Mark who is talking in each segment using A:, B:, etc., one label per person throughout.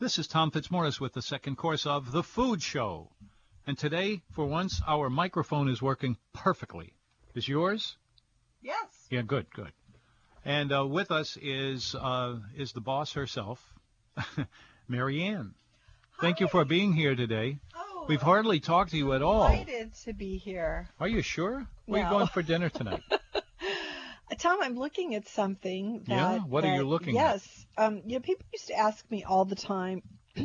A: This is Tom Fitzmaurice with the second course of The Food Show. And today, for once, our microphone is working perfectly. Is yours?
B: Yes.
A: Yeah, good, good. And uh, with us is uh, is the boss herself, Marianne. Thank you for being here today.
B: Oh,
A: We've hardly talked to you at all.
B: Delighted to be here.
A: Are you sure? Where are you
B: No.
A: going for dinner tonight?
B: Uh, Tom, I'm looking at something. That,
A: Yeah? What are you
B: that-
A: looking at?
B: yes, at? Um, you know, people used to ask me all the time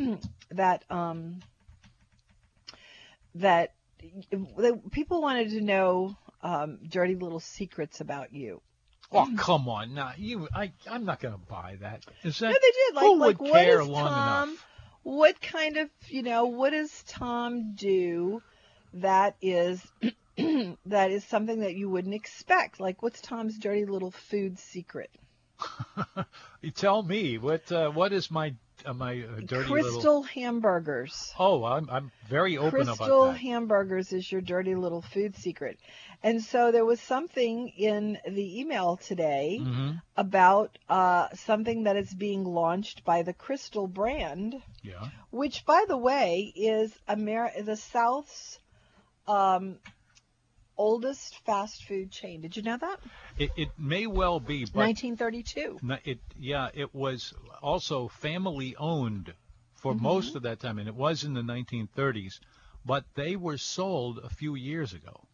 B: that um, that that people wanted to know um, dirty little secrets about you.
A: oh, come on. Now, you, I, I'm not going to buy that. Is that
B: No, they did. Like,
A: who
B: like
A: would
B: what
A: care
B: is
A: long
B: Tom?
A: enough?
B: What kind of you know? What does Tom do? That is that is something that you wouldn't expect. Like, what's Tom's dirty little food secret?
A: You tell me what uh, what is my uh, my uh, dirty
B: crystal
A: little.
B: hamburgers.
A: Oh, I'm I'm very open
B: crystal
A: about that.
B: hamburgers is your dirty little food secret. And so there was something in the email today
A: Mhm.
B: about uh, something that is being launched by the Crystal brand,
A: Yeah.
B: which, by the way, is Amer- the South's um, oldest fast food chain. Did you know that?
A: It, it may well be, but
B: 1932.
A: No, it yeah, it was also family owned for
B: Mm-hmm.
A: most of that time, and it was in the 1930s. But they were sold a few years ago,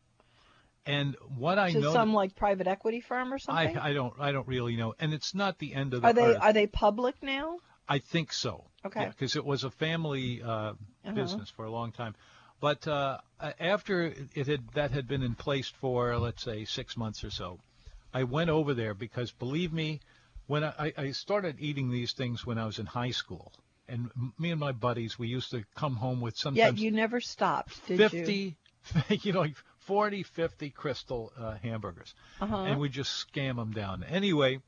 A: and what I
B: To
A: know,
B: some like private equity firm or
A: I
B: something.
A: I don't I don't really know, and it's not the end of the
B: are they
A: earth.
B: are they public now?
A: I think so.
B: Okay. Uh-huh.
A: Because it was a family uh, business for a long time, but uh, a- after it had that had been in place for let's say six months or so, I went over there because believe me, when I, I- I started eating these things when I was in high school, and m- me and my buddies we used to come home with
B: Yeah,
A: sometimes
B: you never stopped, did you?
A: 50, you? know, like 40, 50 crystal uh, hamburgers.
B: Uh-huh.
A: And we just scam them down. Anyway,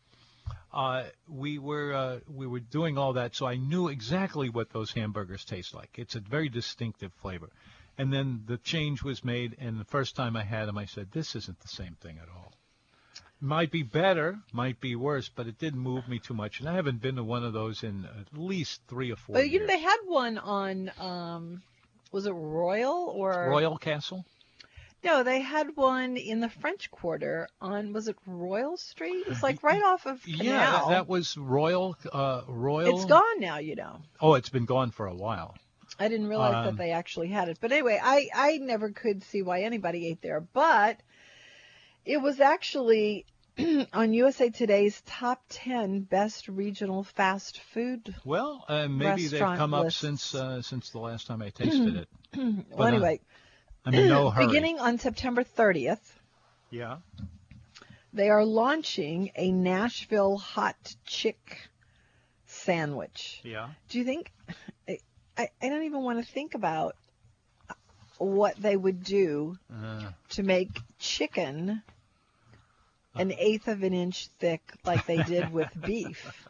A: uh, we were uh, we were doing all that, so I knew exactly what those hamburgers taste like. It's a very distinctive flavor. And then the change was made, and the first time I had them, I said, "This isn't the same thing at all. Might be better, might be worse, but it didn't move me too much." And I haven't been to one of those in at least three or four
B: But you know
A: years.
B: they had one on um was it Royal or
A: Royal Castle.
B: No, they had one in the French Quarter on was it Royal Street? It's like right off of Canal.
A: Yeah, that, that was Royal. Uh, Royal.
B: It's gone now, you know.
A: Oh, it's been gone for a while.
B: I didn't realize
A: Um,
B: that they actually had it. But anyway, I I never could see why anybody ate there, but it was actually on USA Today's top 10 best regional fast food.
A: Well, uh, maybe they've
B: Restaurant
A: come up
B: lists.
A: since uh, since the last time I tasted it.
B: Well,
A: uh,
B: anyway,
A: I'm in no hurry.
B: beginning on September 30th,
A: Yeah.
B: they are launching a Nashville hot chick sandwich.
A: Yeah.
B: Do you think? I, I I don't even want to think about what they would do
A: Uh,
B: to make chicken
A: Uh.
B: an eighth of an inch thick, like they did with beef.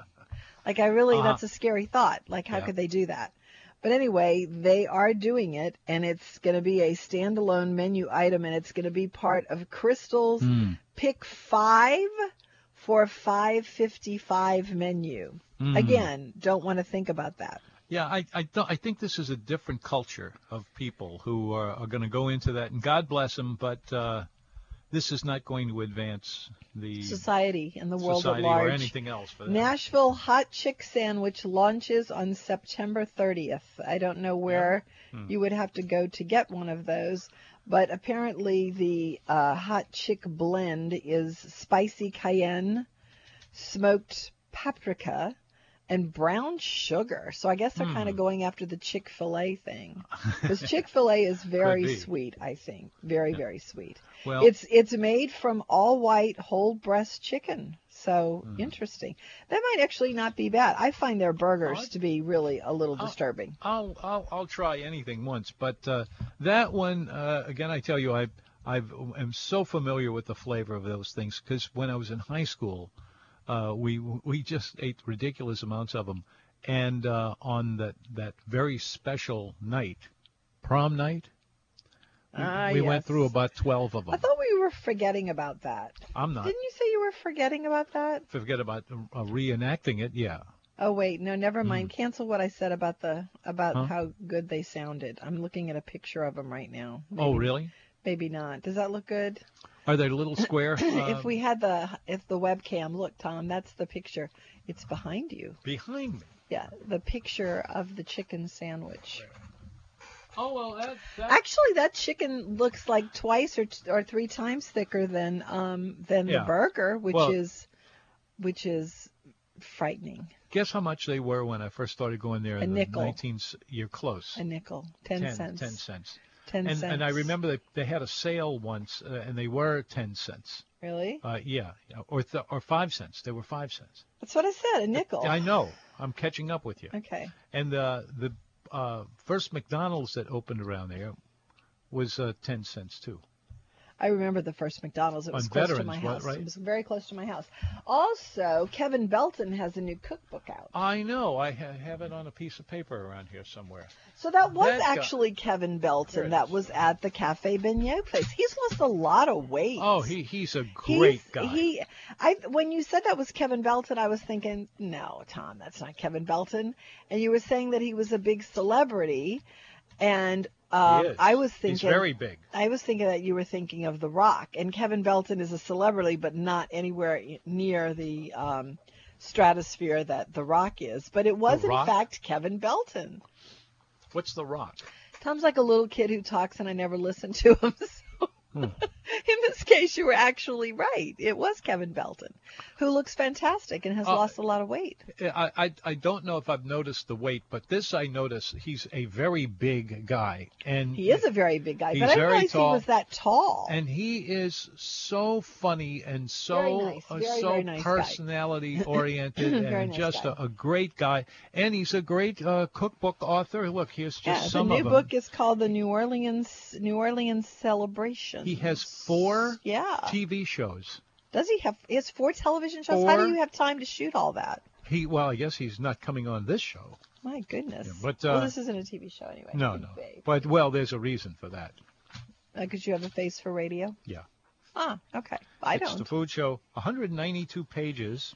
B: Like, I really, that's a scary thought. Like, how
A: Uh-huh. Yeah.
B: could they do that? But anyway, they are doing it, and it's going to be a standalone menu item, and it's going to be part of Crystal's
A: Hmm.
B: Pick Five for five fifty five menu.
A: Hmm.
B: Again, don't want to think about that.
A: Yeah, I I, don't, I think this is a different culture of people who are, are going to go into that, and God bless them, but uh, this is not going to advance the
B: Society and the world
A: society
B: at large.
A: or anything else for that.
B: Nashville hot chick sandwich launches on September 30th. I don't know where
A: Hmm.
B: you would have to go to get one of those, but apparently the uh, hot chick blend is spicy cayenne, smoked paprika, and brown sugar. So I guess
A: Hmm.
B: they're kind of going after the Chick fil A thing. Because Chick fil A is
A: be.
B: very sweet, I think. Very, very sweet.
A: Well-
B: it's, it's made from all white whole breast chicken. So
A: Hmm.
B: interesting. That might actually not be bad. I find their burgers
A: I'd-
B: to be really a little
A: I'll-
B: disturbing.
A: I'll I'll, I'll try anything once, but uh, that one uh, again. I tell you, I I am so familiar with the flavor of those things because when I was in high school, uh, we we just ate ridiculous amounts of them, and uh, on that that very special night, prom night, we,
B: Ah,
A: we went
B: yes.
A: through about twelve of them.
B: I thought we were forgetting about that.
A: I'm not
B: Didn't you say you were forgetting about that?
A: forget about uh, reenacting it. Yeah.
B: Oh wait, no, never mind. Cancel what I said about the about
A: Hmm. Huh?
B: how good they sounded. I'm looking at a picture of them right now.
A: Oh
B: Maybe-
A: really?
B: Maybe not. Does that look good?
A: Are they little square? uh,
B: if we had the if the webcam, look, Tom, that's the picture. It's behind you.
A: behind me.
B: Yeah, the picture of the chicken sandwich.
A: Oh well, that, that
B: Actually, that chicken looks like twice or t- or three times thicker than um than
A: Yeah.
B: the burger, which
A: Well-
B: is which is frightening.
A: Guess how much they were when I first started going there in
B: A
A: the
B: nickel.
A: 19s. You're close.
B: A nickel, ten, cents,
A: 10 cents.
B: 10
A: and,
B: cents.
A: and I remember they, they had a sale once, uh, and they were 10 cents.
B: Really?
A: Uh, yeah, yeah, or th- or 5 cents. They were 5 cents.
B: That's what I said. A nickel.
A: I know. I'm catching up with you.
B: Okay.
A: And the, the uh, first McDonald's that opened around there was uh, 10 cents, too.
B: I remember the first McDonald's. It was
A: On
B: close to
A: Veterans,
B: my
A: wa-
B: house.
A: right?
B: It was very close to my house. Also, Kevin Belton has a new cookbook out.
A: I know. I ha- have it on a piece of paper around here somewhere.
B: So that was
A: that guy-
B: actually Kevin
A: There it
B: Belton that
A: is.
B: was at the Cafe Beignet place. He's lost a lot of weight.
A: Oh, he, he's a
B: He's-
A: great guy.
B: He, I when you said that was Kevin Belton, I was thinking, no, Tom, that's not Kevin Belton. And you were saying that he was a big celebrity, and um,
A: He is.
B: I was thinking,
A: He's very big.
B: I was thinking that you were thinking of The Rock, and Kevin Belton is a celebrity, but not anywhere near the um, stratosphere that The Rock is. But it was,
A: The
B: in
A: Rock?
B: fact, Kevin Belton.
A: What's The Rock?
B: Tom's like a little kid who talks, and I never listen to him. So,
A: Hmm.
B: in this case, you were actually right. It was Kevin Belton, who looks fantastic and has
A: Uh,
B: lost a lot of weight.
A: I, I I don't know if I've noticed the weight, but this I notice he's a very big guy, and
B: He is a very big guy,
A: he's
B: but I didn't
A: very
B: realize
A: tall.
B: he was that tall.
A: and he is so funny and so
B: Very nice,
A: uh,
B: very,
A: so
B: very nice guy.
A: personality oriented
B: Very
A: and
B: nice
A: just
B: guy.
A: a, a great guy, and he's a great uh, cookbook author. Look, here's just
B: yeah, the
A: some
B: new
A: of them.
B: book is called The New Orleans New Orleans Celebration.
A: He has four
B: Yeah.
A: TV shows.
B: Does he have? He has four television shows. How
A: Four.
B: do you have time to shoot all that?
A: He well, I guess he's not coming on this show.
B: My goodness.
A: Yeah, but,
B: well,
A: uh,
B: this isn't a TV show anyway.
A: No, no. But well, there's a reason for that.
B: Because you have a face for radio.
A: Yeah.
B: Ah, okay. I
A: it's
B: don't.
A: the food show. 192 pages.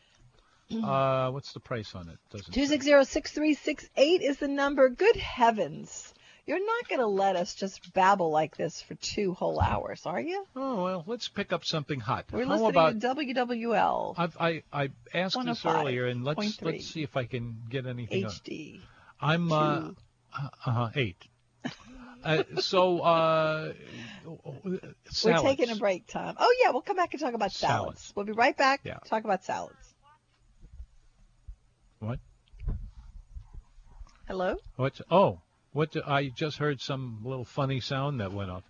A: Uh, what's the price on it? Doesn't
B: Two
A: say.
B: six zero six three six eight is the number. Good heavens. You're not going to let us just babble like this for two whole hours, are you?
A: Oh well, let's pick up something hot.
B: We're
A: How
B: listening
A: about
B: to WWL
A: I've, I I asked this
B: 105.3.
A: earlier, and let's let's see if I can get anything. on.
B: HD.
A: I'm uh,
B: two.
A: uh uh, eight. uh, so uh,
B: We're
A: salads.
B: taking a break, Tom. Oh, yeah, we'll come back and talk about salads.
A: Salads.
B: We'll be right back.
A: Yeah.
B: Talk about salads.
A: What?
B: Hello?
A: What? Oh, what? do- I just heard some little funny sound that went off.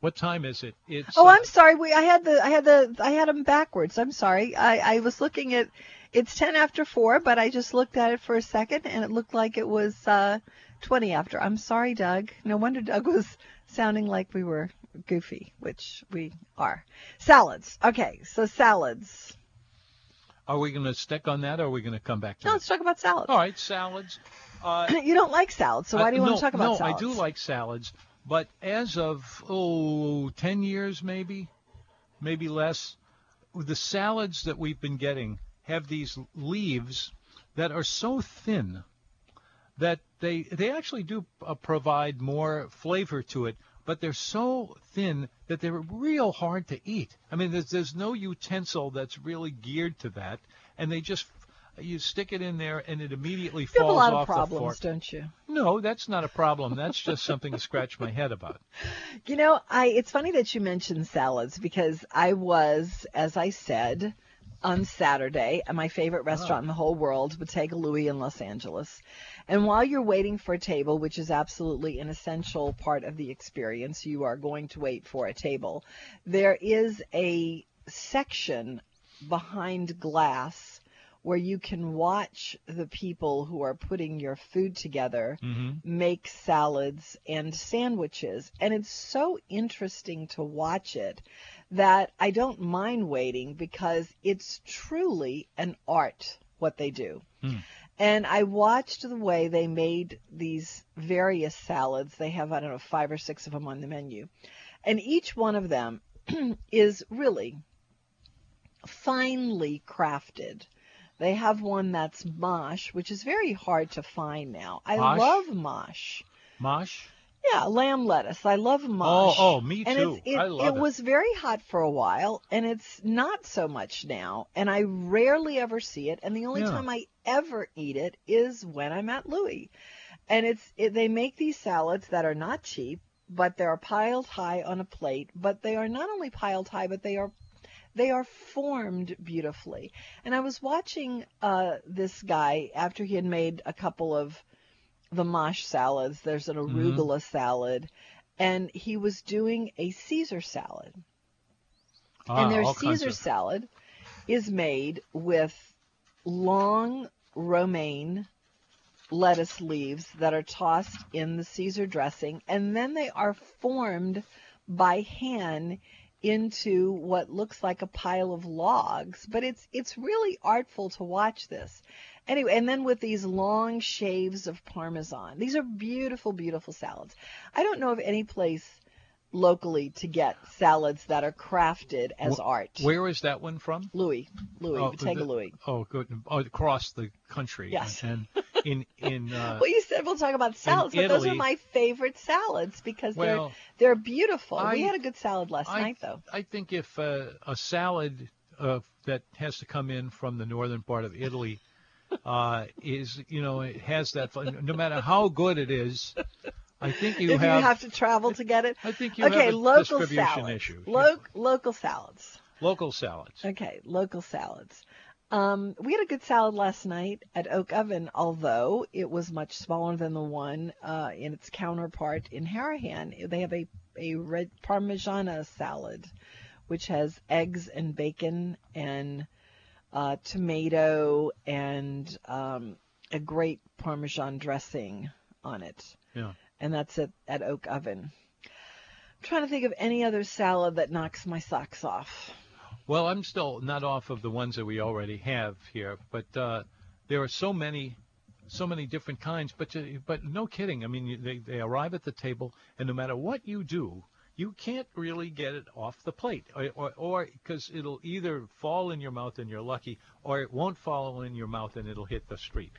A: What time is it? It's
B: Oh,
A: uh,
B: I'm sorry. We I had the I had the I had them backwards. I'm sorry. I I was looking at it's 10 after 4, but I just looked at it for a second and it looked like it was uh 20 after. I'm sorry, Doug. No wonder Doug was sounding like we were goofy, which we are. Salads. Okay, so salads.
A: Are we going to stick on that, or are we going to come back to?
B: No,
A: that?
B: let's talk about salads.
A: All right, salads. Uh,
B: You don't like salads, so why do you
A: Uh,
B: want
A: no,
B: to talk about
A: no,
B: salads?
A: I do like salads, but as of oh, 10 years maybe, maybe less, the salads that we've been getting have these leaves that are so thin that they they actually do uh, provide more flavor to it, but they're so thin that they're real hard to eat. I mean, there's there's no utensil that's really geared to that, and they just you stick it in there and it immediately
B: You
A: falls
B: have a lot
A: off
B: of
A: the fork.
B: problems, don't you?
A: No, that's not a problem. That's just something to scratch my head about.
B: You know, I it's funny that you mentioned salads because I was, as I said, on Saturday at my favorite restaurant in the whole world, Bottega Louie in Los Angeles. And while you're waiting for a table, which is absolutely an essential part of the experience, you are going to wait for a table. There is a section behind glass where you can watch the people who are putting your food together make salads and sandwiches. And it's so interesting to watch it that I don't mind waiting because it's truly an art what they do. And I watched the way they made these various salads. They have, I don't know, five or six of them on the menu. And each one of them is really finely crafted. They have one that's mosh, which is very hard to find now. I
A: Mosh?
B: love mosh.
A: Mosh?
B: Yeah, lamb lettuce. I love mosh.
A: oh, me
B: and
A: too.
B: it's- It,
A: I love it.
B: was very hot for a while, and it's not so much now. And I rarely ever see it. And the only
A: Yeah.
B: time I ever eat it is when I'm at Louis. And it's it, they make these salads that are not cheap, but they're piled high on a plate. But they are not only piled high, but they are they are formed beautifully. And I was watching uh, this guy after he had made a couple of the mosh salads. There's an arugula salad, and he was doing a Caesar salad.
A: Ah,
B: and their
A: all kinds
B: Caesar
A: of-
B: salad is made with long romaine lettuce leaves that are tossed in the Caesar dressing, and then they are formed by hand into what looks like a pile of logs. But it's it's really artful to watch this. Anyway, and then with these long shaves of parmesan. These are beautiful, beautiful salads. I don't know of any place locally to get salads that are crafted as art.
A: Where is that one from?
B: Louis, Louis,
A: Oh,
B: Bottega
A: the-
B: Louis.
A: Oh, good. Oh, across the country.
B: Yes.
A: And in in uh,
B: Well, you said we'll talk about salads, but those are
A: Italy-
B: my favorite salads because
A: Well,
B: they're they're beautiful.
A: I-
B: we had a good salad last
A: I,
B: night, though.
A: I think if uh, a salad uh, that has to come in from the northern part of Italy uh, is, you know, it has that, fun- no matter how good it is, I think you
B: if
A: have.
B: you have to travel to get it.
A: I think you
B: okay,
A: have a
B: local
A: distribution
B: salads.
A: issue.
B: Lo- Local salads.
A: Local salads.
B: Okay, local salads. Um, we had a good salad last night at Oak Oven, although it was much smaller than the one uh, in its counterpart in Harahan. They have a, a red Parmigiana salad, which has eggs and bacon and uh, tomato and um, a great Parmesan dressing on it.
A: Yeah.
B: And that's it at Oak Oven. I'm trying to think of any other salad that knocks my socks off.
A: Well, I'm still not off of the ones that we already have here, but uh, there are so many, so many different kinds. But you- but no kidding. I mean, you- they they arrive at the table, and no matter what you do, you can't really get it off the plate, or or- or because it'll either fall in your mouth and you're lucky, or it won't fall in your mouth and it'll hit the street.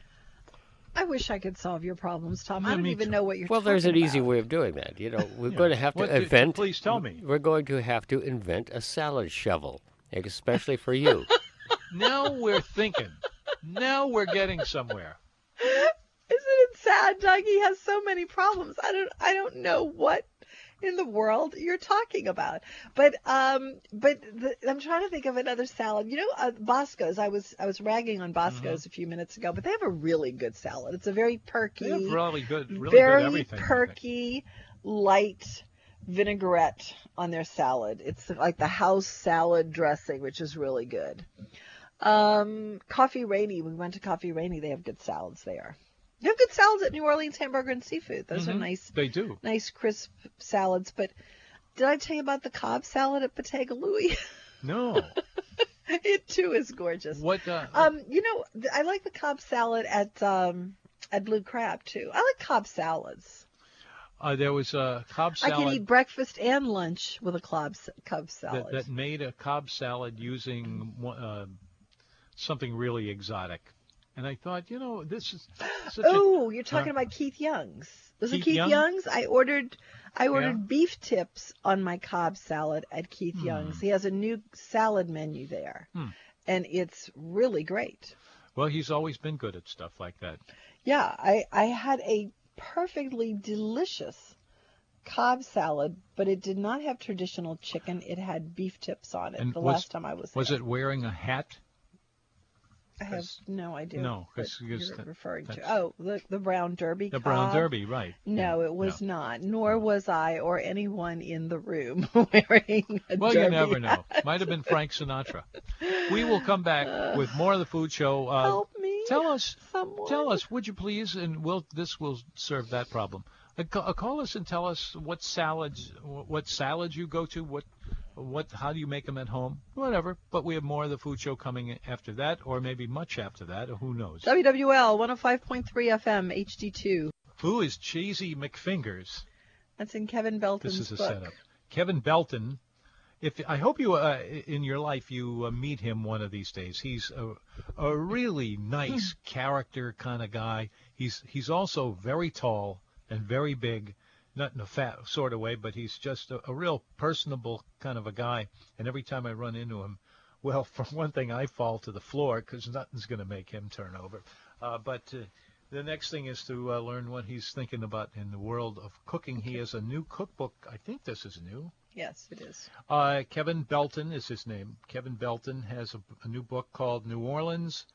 B: I wish I could solve your problems, Tom.
A: Yeah,
B: I don't
A: me
B: even
A: too.
B: know what you're
C: Well,
B: talking
C: there's an easy
B: about.
C: way of doing that. You know, we're going to have to
A: What do-
C: invent.
A: please tell me.
C: We're going to have to invent a salad shovel, especially for you.
A: Now we're thinking. Now we're getting somewhere.
B: Isn't it sad, Doug? He has so many problems. I don't I don't know what in the world you're talking about. But um but the, I'm trying to think of another salad. You know uh, Bosco's. I was I was ragging on Bosco's a few minutes ago, but they have a really good salad. It's a very perky
A: Mm-hmm. They have really good, really
B: very
A: good everything. I think.
B: perky, light vinaigrette on their salad. It's like the house salad dressing, which is really good. Um, Coffee Rainy. We went to Coffee Rainy. They have good salads there. They have good salads at New Orleans Hamburger and Seafood. Those
A: Mm-hmm.
B: are nice,
A: They do.
B: nice crisp salads. But did I tell you about the Cobb salad at Bottega Louis?
A: No.
B: it too is gorgeous.
A: What? Uh,
B: Um, you know, th- I like the Cobb salad at um, at Blue Crab too. I like Cobb salads.
A: uh, there was a Cobb salad.
B: I can eat breakfast and lunch with a club, s- Cobb salad.
A: that, that made a Cobb salad using uh, something really exotic. And I thought, you know, this is such
B: oh, you're talking about Keith Young's. Was it
A: uh, Keith
B: Keith
A: Young?
B: Young's? I ordered I ordered beef tips on my Cobb salad at Keith
A: Hmm.
B: Young's. He has a new salad menu there. And it's really great.
A: a. Well, he's always been good at stuff like that.
B: Yeah, I, I had a perfectly delicious Cobb salad, but it did not have traditional chicken. It had beef tips on it
A: And
B: the
A: was-
B: last time I was
A: Was
B: there.
A: it wearing a hat?
B: I have no idea.
A: No,
B: what
A: 'cause- 'cause
B: you're
A: that-
B: referring to.
A: that's-
B: Oh, the the brown derby.
A: The Brown
B: cob?
A: Derby, right?
B: No, it was not. Nor was I or anyone in the room wearing a
A: Well, you
B: derby.
A: never know. Might have been Frank Sinatra. We will come back with more of the food show. Uh,
B: Help me.
A: Tell us,
B: Someone.
A: tell us, would you please, and we'll this will serve that problem. Uh, ca- uh, call us and tell us what salads, wh- what salads you go to, what, what, how do you make them at home, whatever. But we have more of the food show coming after that, or maybe much after that, or who knows.
B: WWL 105.3 FM HD2.
A: Who is Cheesy McFingers?
B: That's in Kevin Belton's
A: This is a
B: book.
A: setup. Kevin Belton. If I hope you uh, in your life you uh, meet him one of these days. He's a, a really nice character kind of guy. He's he's also very tall and very big, not in a fat sort of way, but he's just a, a real personable kind of a guy. And every time I run into him, well, for one thing, I fall to the floor because nothing's going to make him turn over. Uh, but uh, the next thing is to uh, learn what he's thinking about in the world of cooking. He has a new cookbook. I think this is new.
B: Yes, it is.
A: Uh, Kevin Belton is his name. Kevin Belton has a, a new book called New Orleans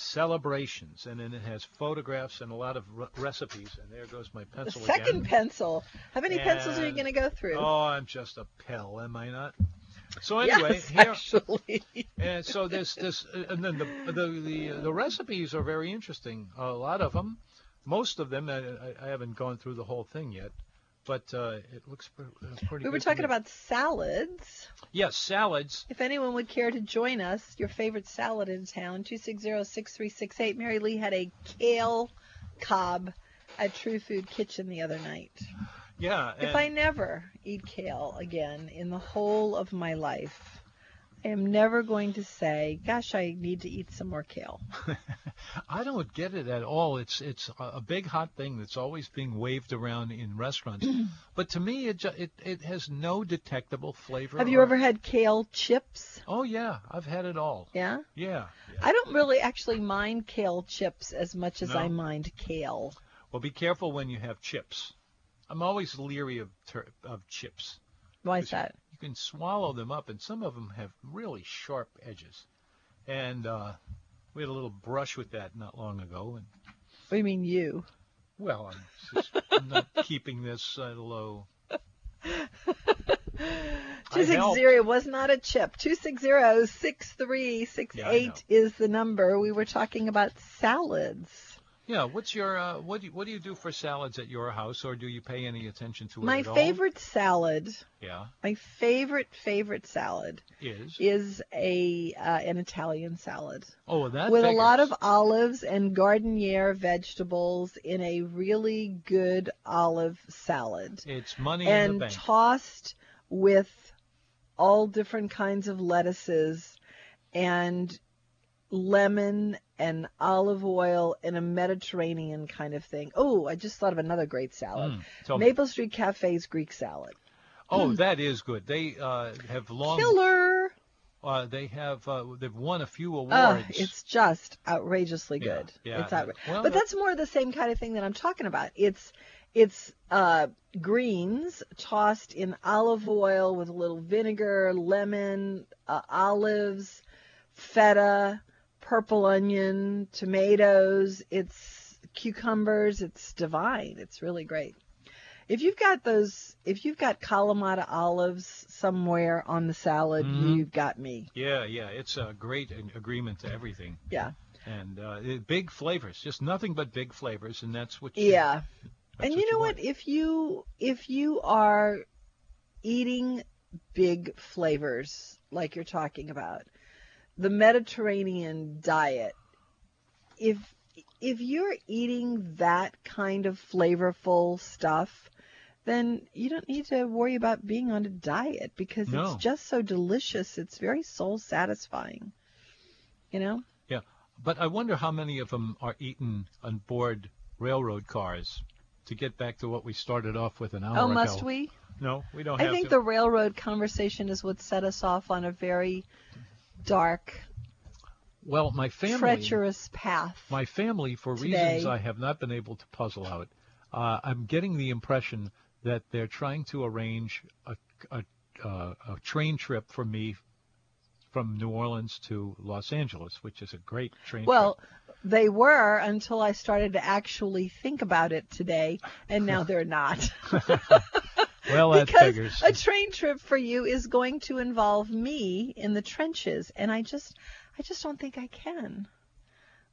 A: Celebrations, and then it has photographs and a lot of re- recipes. And there goes my
B: The
A: pencil
B: second
A: again.
B: pencil. How many pencils are you
A: And-
B: going to go through?
A: Oh, I'm just a pill, am I not? So anyway,
B: yes,
A: here,
B: actually.
A: and so this this uh, and then the the the, the recipes are very interesting. A lot of them, most of them. I, I- I haven't gone through the whole thing yet, but uh, it looks pre- uh, pretty.
B: We were
A: good to
B: talking
A: me.
B: about salads.
A: yes, salads.
B: If anyone would care to join us, your favorite salad in town, 260-6368. Mary Lee had a kale cob at True Food Kitchen the other night.
A: Yeah,
B: If
A: and-
B: I never eat kale again in the whole of my life, I am never going to say, gosh, I need to eat some more kale.
A: I don't get it at all. It's it's a a big hot thing that's always being waved around in restaurants, but to me it ju- it it has no detectable flavor.
B: Have you
A: or-
B: ever had kale chips?
A: Oh yeah, I've had it all.
B: Yeah?
A: Yeah.
B: I don't really actually mind kale chips as much as
A: No.
B: I mind kale.
A: Well, be careful when you have chips. I'm always leery of ter- of chips.
B: Why is that?
A: You can swallow them up, and some of them have really sharp edges. And uh, we had a little brush with that not long ago, and
B: What do you mean you?
A: well, I'm just not keeping this uh, low. I helped.
B: 260 was not a chip. 260-6368
A: Yeah, I know.
B: is the number. We were talking about salads.
A: Yeah, what's your uh, what do you, what do you do for salads at your house, or do you pay any attention to it
B: My
A: at all?
B: favorite salad,
A: Yeah,
B: my favorite favorite salad
A: is
B: is a uh, an Italian salad
A: oh that
B: with a lot of
A: figures.
B: olives and gardeniere vegetables in a really good olive salad.
A: it's money in the
B: and
A: bank.
B: tossed with all different kinds of lettuces and lemon and olive oil and a Mediterranean kind of thing. Oh, I just thought of another great salad.
A: Mm, tell me.
B: Maple Street Cafe's Greek salad.
A: Oh, that is good. They uh, have long
B: Killer.
A: Uh, they have uh, they've won a few awards.
B: Oh, it's just outrageously
A: Yeah,
B: good.
A: yeah.
B: It's outra-
A: Well,
B: but
A: that-
B: that's more the same kind of thing that I'm talking about. It's it's uh, greens tossed in olive oil with a little vinegar, lemon, uh, olives, feta, purple onion, tomatoes. It's cucumbers. It's divine. It's really great. If you've got those, if you've got Kalamata olives somewhere on the salad,
A: Mm-hmm.
B: you've got me.
A: yeah, yeah, it's a great in- agreement to everything,
B: Yeah.
A: and uh, it- big flavors, just nothing but big flavors, and that's what. You,
B: Yeah.
A: that's
B: and you know what?
A: want.
B: If you if you are eating big flavors like you're talking about, the Mediterranean diet, if if you're eating that kind of flavorful stuff, then you don't need to worry about being on a diet because
A: No.
B: it's just so delicious. It's very soul satisfying. You know?
A: Yeah, but I wonder how many of them are eaten on board railroad cars. To get back to what we started off with an hour
B: Oh,
A: ago.
B: must we?
A: No, we don't.
B: I
A: have
B: think
A: to.
B: the railroad conversation is what set us off on a very dark,
A: well, my family.
B: treacherous path.
A: My family, for
B: Today.
A: reasons I have not been able to puzzle out, uh, I'm getting the impression that they're trying to arrange a, a, uh, a train trip for me from New Orleans to Los Angeles, which is a great train.
B: Well,
A: trip.
B: they were until I started to actually think about it today, and now they're not.
A: well, that
B: because
A: figures.
B: a train trip for you is going to involve me in the trenches, and I just, I just don't think I can.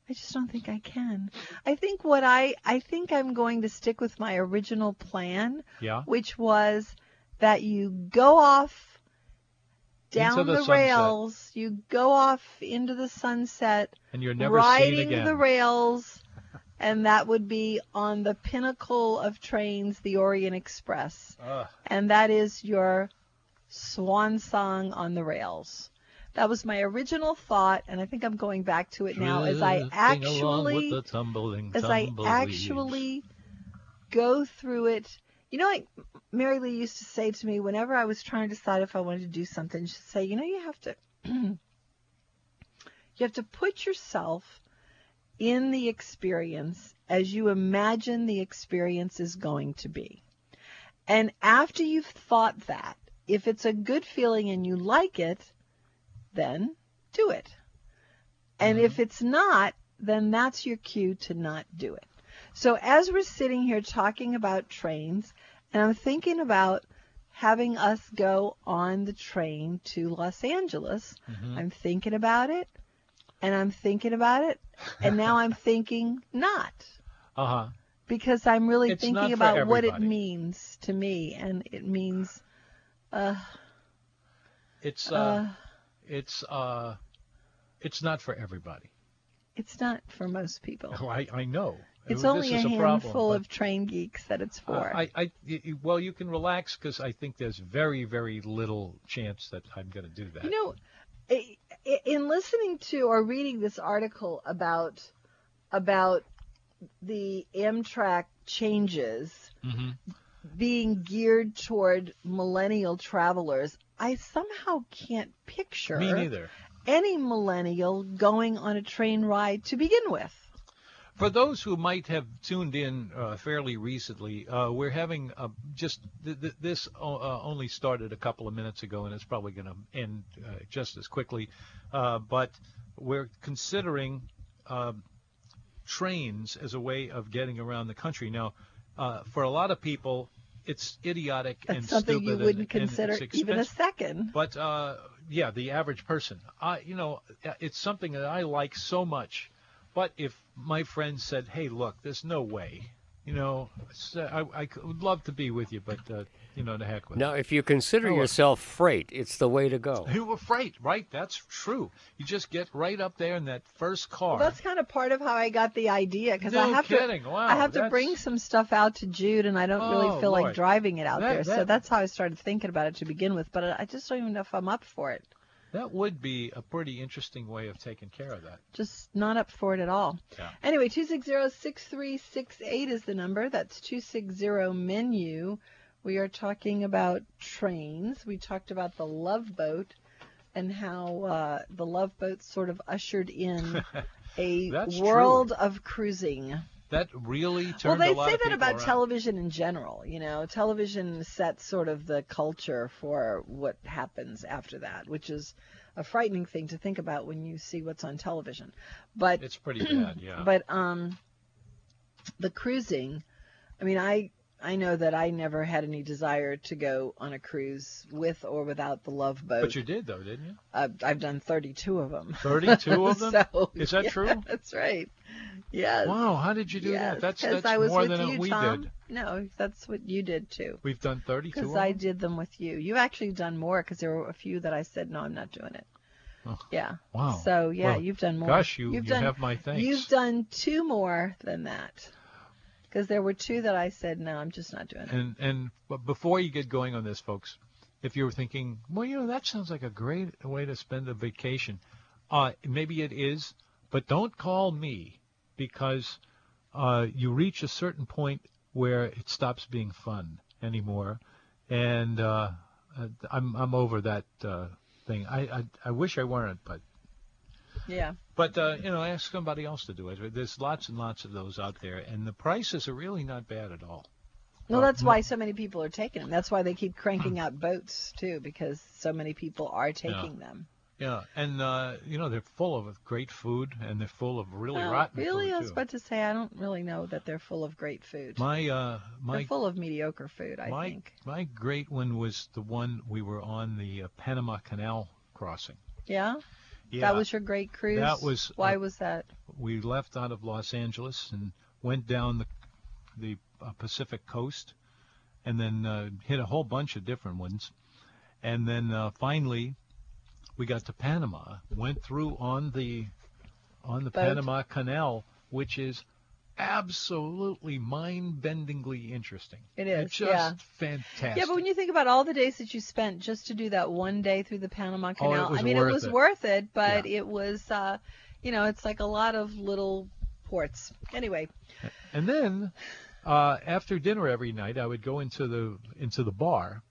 B: I just don't think I can. I think what I, I think I'm going to stick with my original plan,
A: yeah.
B: which was that you go off down
A: Into the
B: the,
A: sunset.
B: rails, you go off into the sunset,
A: And you're never seen
B: riding
A: again.
B: the rails, and that would be on the pinnacle of trains, the Orient Express
A: Ugh.
B: and that is your swan song on the rails. That was my original thought, and I think I'm going back to it now as I
A: Drifting along with
B: actually
A: the tumbling
B: as I
A: tumbleweeds.
B: actually go through it. You know, like Mary Lee used to say to me whenever I was trying to decide if I wanted to do something, she'd say, "You know, you have to, you have to put yourself in the experience as you imagine the experience is going to be." And after you've thought that, if it's a good feeling and you like it, then do it. And
A: Mm-hmm.
B: if it's not, then that's your cue to not do it. So as we're sitting here talking about trains, and I'm thinking about having us go on the train to Los Angeles,
A: Mm-hmm.
B: I'm thinking about it, and I'm thinking about it, and now I'm thinking not
A: Uh-huh.
B: because I'm really
A: It's not
B: thinking
A: for
B: about what it
A: everybody.
B: means to me, and it means
A: It's uh, it's uh it's not for everybody.
B: it's not for most people.
A: Oh, I, I know.
B: It's
A: This
B: only a
A: is
B: handful
A: problem, but-
B: of train geeks that it's
A: Uh,
B: for.
A: I, I, y- y- well, you can relax because I think there's very, very little chance that I'm going to do that.
B: You know, i- i- in listening to or reading this article about about the Amtrak changes
A: Mm-hmm.
B: being geared toward millennial travelers, I somehow can't picture
A: Me neither.
B: any millennial going on a train ride to begin with.
A: For those who might have tuned in uh, fairly recently, uh, we're having uh, just th- th- this o- uh, only started a couple of minutes ago, and it's probably going to end uh, just as quickly. Uh, but we're considering um trains as a way of getting around the country. Now, uh, for a lot of people, it's idiotic
B: That's
A: and
B: something
A: stupid
B: you
A: and-
B: wouldn't
A: and it's
B: consider even a
A: expensive.
B: second.
A: But uh, yeah, the average person, I you know, uh, it's something that I like so much. But if my friend said, "Hey, look, there's no way," you know, s- I, I c- would love to be with you, but uh, you know, to heck with
C: Now, if you consider
A: Oh, well.
C: yourself freight, it's the way to go.
A: it. You were freight, right? That's true. You just get right up there in that first car.
B: That's kind of part of how I got the idea because I
A: No
B: have
A: kidding.
B: to
A: Wow,
B: I have to
A: that's-
B: bring some stuff out to Jude and I don't
A: Oh,
B: really feel
A: Lord.
B: like driving it out
A: That-
B: there. so
A: that-
B: that's how I started thinking about it to begin with, but I I just don't even know if I'm up for it.
A: that would be a pretty interesting way of taking care of that.
B: Just not up for it at all.
A: Yeah.
B: Anyway, 260-6368 is the number. That's 260 menu. We are talking about trains. We talked about the Love Boat and how uh, the Love Boat sort of ushered in a
A: That's
B: world of cruising.
A: That really turned
B: Well, they
A: a lot
B: say
A: of
B: that
A: people
B: about
A: around.
B: television in general. You know, television sets sort of the culture for what happens after that, which is a frightening thing to think about when you see what's on television. But
A: It's uh, pretty bad, yeah.
B: but um, the cruising. I mean, I I know that I never had any desire to go on a cruise with or without the Love Boat.
A: but you did though, didn't you?
B: I've, I've done 32 of them.
A: Thirty-two of them.
B: So,
A: Is that
B: yeah,
A: true?
B: That's right. Yes.
A: Wow, how did you do that? That's
B: because
A: that's
B: Uh, I was
A: more
B: with
A: than
B: you,
A: we
B: Tom.
A: did.
B: No, that's what you did too.
A: We've done 32.
B: Because
A: of
B: I
A: them?
B: did them with you. You've actually done more because there were a few that I said no, I'm not doing it.
A: Oh,
B: yeah.
A: wow.
B: So yeah,
A: Well,
B: you've done more.
A: gosh, you-
B: you've
A: you
B: done,
A: have my thanks.
B: You've done two more than that. Because there were two that I said no, I'm just not doing it.
A: And and but before you get going on this, folks, if you were thinking, well, you know, that sounds like a great way to spend a vacation, uh, maybe it is, but don't call me because uh, you reach a certain point where it stops being fun anymore, and uh, uh, I'm I'm over that uh, thing. I, I I wish I weren't, but
B: Yeah.
A: But uh, you know, ask somebody else to do it. There's lots and lots of those out there, and the prices are really not bad at all.
B: Well, that's why so many people are taking them. That's why they keep cranking out boats too, because so many people are taking them.
A: Yeah, and uh, you know they're full of great food, and they're full of really
B: Well,
A: rotten
B: Oh, really,
A: food
B: I was
A: too.
B: about to say I don't really know that they're full of great food.
A: my uh, my
B: they're full of mediocre food, I
A: my
B: think.
A: my great one was the one we were on the uh, Panama Canal crossing.
B: Yeah?
A: Yeah,
B: that was your great cruise.
A: That was-
B: why was that?
A: we left out of Los Angeles and went down the the uh, Pacific coast, and then uh, hit a whole bunch of different ones, and then uh, finally we got to Panama. Went through on the on the
B: Boat.
A: Panama Canal, which is absolutely mind-bendingly interesting.
B: It is,
A: It's just
B: yeah.
A: fantastic.
B: Yeah, but when you think about all the days that you spent just to do that one day through the Panama
A: Oh, it
B: Canal,
A: was
B: I mean,
A: worth
B: it was
A: it.
B: worth it, but it was, uh, you know, it's like a lot of little ports. Anyway,
A: And then uh, after dinner every night, I would go into the into the bar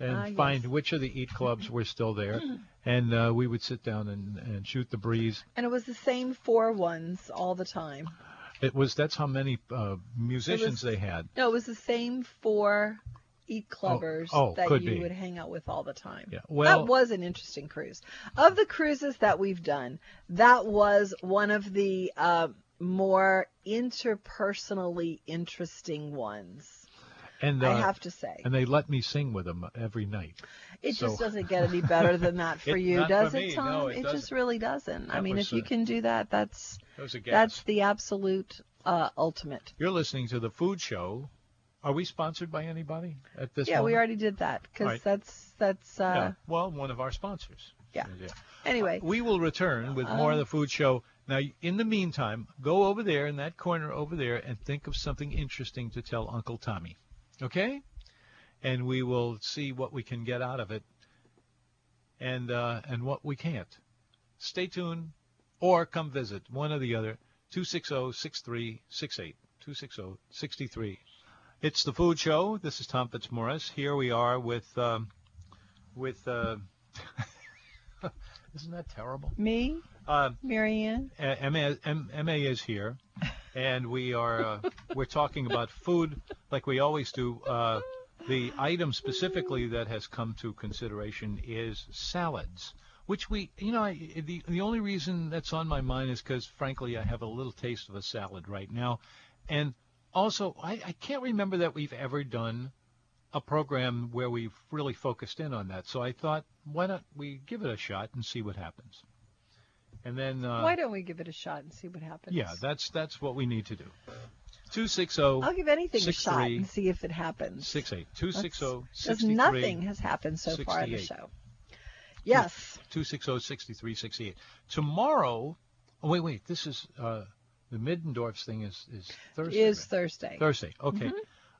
A: and
B: Ah, yes.
A: find which of the eat clubs were still there, and uh, we would sit down and, and shoot the breeze.
B: and it was the same four ones all the time.
A: It was that's how many uh, musicians
B: was-
A: they had.
B: No, it was the same four eat clubbers
A: oh,
B: that
A: could
B: you
A: be.
B: would hang out with all the time.
A: Yeah, well-
B: that was an interesting cruise. Of the cruises that we've done, that was one of the uh, more interpersonally interesting ones.
A: And
B: I
A: uh,
B: have to say,
A: and they let me sing with them every night.
B: it just
A: so-
B: doesn't get any better than that for
A: It-
B: you,
A: not for
B: does
A: me,
B: it, Tom?
A: no, it
B: it just
A: doesn't.
B: really doesn't. I
A: That
B: mean,
A: was,
B: if you
A: uh,
B: can do that, that's
A: That was a gas.
B: that's the absolute uh, ultimate.
A: You're listening to the food show. Are we sponsored by anybody at this?
B: Yeah, we
A: moment?
B: already did that because
A: Right.
B: that's that's uh,
A: Yeah. Well, one of our sponsors.
B: Yeah. anyway.
A: We will return with more of the food show. Now, in the meantime, go over there in that corner over there and think of something interesting to tell Uncle Tommy. Okay? And we will see what we can get out of it and, uh, and what we can't. Stay tuned or come visit, one or the other, oh, 260 6368. 260 63. oh, It's the food show. This is Tom Fitzmaurice. Here we are with, um, with, uh, isn't that terrible?
B: Me,
A: Uh,
B: Marianne.
A: uh, MA, M, MA is here, and we are uh, we're talking about food like we always do. Uh, the item specifically that has come to consideration is salads, which we you know I, the the only reason that's on my mind is because frankly I have a little taste of a salad right now, and also I, I can't remember that we've ever done a program where we've really focused in on that. So I thought why don't we give it a shot and see what happens. And then uh,
B: Why don't we give it a shot and see what happens?
A: yeah, that's that's what we need to do. 260
B: I'll give anything a
A: Six,
B: shot
A: three, oh,
B: and see if it happens.
A: 68
B: Let's-
A: 260
B: because
A: 63
B: nothing has happened so far in the
A: 68.
B: show. Yes,
A: 260 63 68. oh Tomorrow, oh wait, wait, this is uh, the Middendorf's thing is is Thursday.
B: is
A: right?
B: Thursday.
A: Thursday. Okay.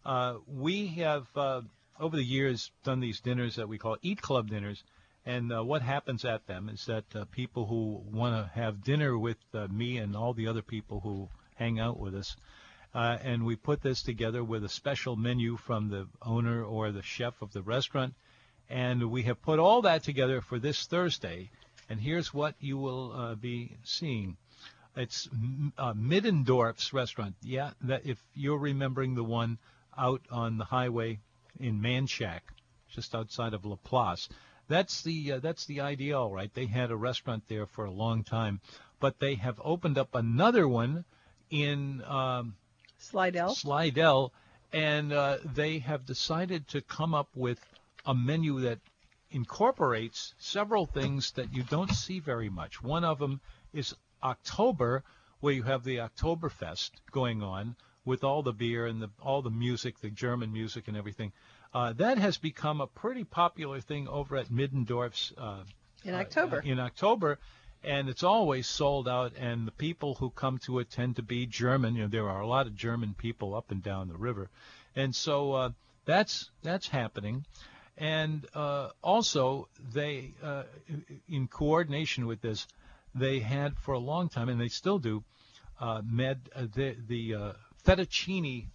A: Uh, we have uh, over the years done these dinners that we call Eat Club dinners, and uh, what happens at them is that uh, people who want to have dinner with uh, me and all the other people who hang out with us, uh, and we put this together with a special menu from the owner or the chef of the restaurant, and we have put all that together for this Thursday. And here's what you will uh, be seeing. It's M- uh, Middendorf's restaurant. Yeah, that if you're remembering the one out on the highway in Manchac, just outside of Laplace, that's the uh, that's the idea, all right. They had a restaurant there for a long time, but they have opened up another one in um,
B: Slidell.
A: Slidell, and uh, they have decided to come up with a menu that incorporates several things that you don't see very much. One of them is October, where you have the Oktoberfest going on with all the beer and the, all the music, the German music and everything. Uh, that has become a pretty popular thing over at Middendorf's uh,
B: In
A: uh,
B: October.
A: in October, and it's always sold out. And the people who come to it tend to be German. You know, there are a lot of German people up and down the river, and so uh, that's that's happening. And uh, also, they, uh, in coordination with this, they had for a long time, and they still do, uh, med uh, the the uh, fettuccine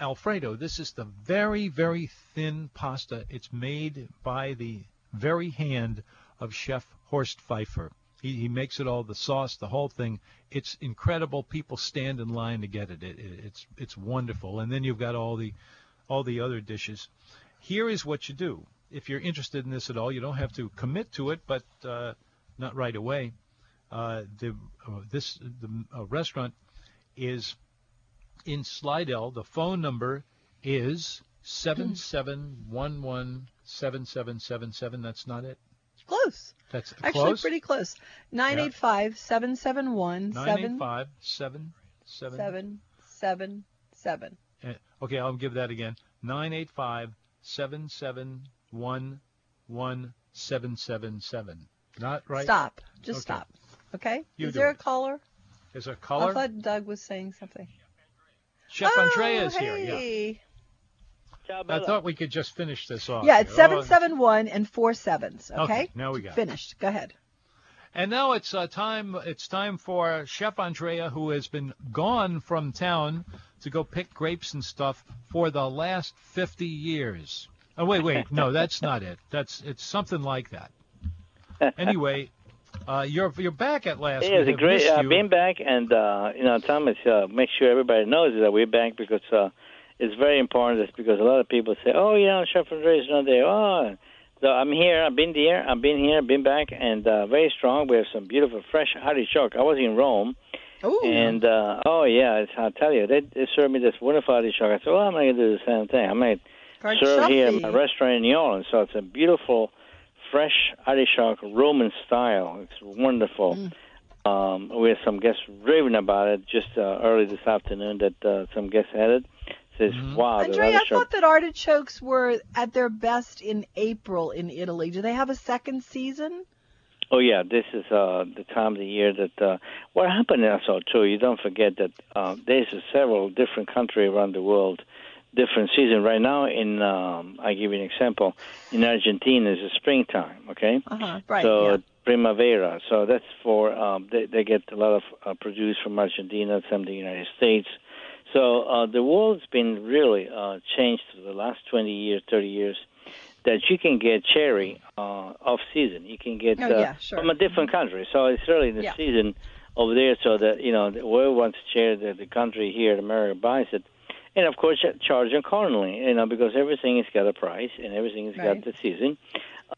A: Alfredo. This is the very, very thin pasta. It's made by the very hand of Chef Horst Pfeiffer. He, he makes it all the sauce, the whole thing. It's incredible. People stand in line to get it. It, it. It's it's wonderful. And then you've got all the all the other dishes. Here is what you do. If you're interested in this at all, you don't have to commit to it, but uh, not right away. Uh, the uh, this the uh, restaurant is in Slidell. The phone number
B: Hmm.
A: is seven seven one one seven seven seven seven. That's not it.
B: Close.
A: That's
B: Actually,
A: close.
B: pretty close. 985 771
A: Nine eight five seven seven.
B: 7777.
A: Uh, okay, I'll give that again. Nine eight five seven seven one one seven seven seven. Not right.
B: Stop. Just
A: Okay.
B: stop. Okay?
A: You
B: Is
A: do
B: there a
A: it.
B: caller?
A: There's a
B: I
A: caller.
B: thought Doug was saying something.
A: Chef
B: oh,
A: Andrea is here. Yeah.
B: hey.
D: Ciao,
A: I
D: Bella.
A: thought we could just finish this off.
B: Yeah, it's
A: here.
B: seven
A: Oh,
B: seven one and four sevens. Okay.
A: Okay, now we got it.
B: finished. Go ahead.
A: And now it's uh, time. It's time for Chef Andrea, who has been gone from town to go pick grapes and stuff for the last 50 years. Oh wait, wait, no, that's not it. That's it's something like that. Anyway, uh, you're you're back at last.
D: Yeah,
A: We
D: it's a
A: have
D: great
A: missed
D: uh,
A: you.
D: being back, and uh, you know, Thomas, uh, make sure everybody knows that we're back because uh, it's very important. It's because a lot of people say, "Oh, yeah, Chef Andre's not there." Oh, so I'm here. I've been there. I've been here. I've been back, and uh, very strong. We have some beautiful fresh artichoke. I was in Rome,
B: Ooh.
D: and uh, oh yeah, it's, I'll tell you, they, they served me this wonderful artichoke. I said, "Well, I'm going to do the same thing. I'm going to
B: Card
D: serve here at my
B: shuffle.
D: restaurant in New Orleans." So it's a beautiful, fresh artichoke, Roman style. It's wonderful.
B: Mm.
D: Um, we had some guests raving about it just uh, early this afternoon. That uh, some guests had it. Says, "Wow, the
B: Mm-hmm. Andrea, I
D: artichoke."
B: thought that artichokes were at their best in April in Italy. Do they have a second season?
D: Oh yeah, this is uh, the time of the year that uh, what happened also too. You don't forget that uh, there's several different countries around the world, different season. Right now, in um, I give you an example, in Argentina is springtime. Okay,
B: Uh-huh. Right.
D: so
B: yeah.
D: primavera. So that's for um, they, they get a lot of uh, produce from Argentina, some the United States. So uh, the world's been really uh, changed for the last 20 years, 30 years. That you can get cherry uh, off season. You can get
B: Oh,
D: uh,
B: yeah, sure.
D: from a different country. So it's really the
B: Yeah.
D: season over there. So that you know, whoever wants to share the, the country here in America buys it. And of course, charge accordingly, you know, because everything has got a price and everything has
B: Right.
D: got the season.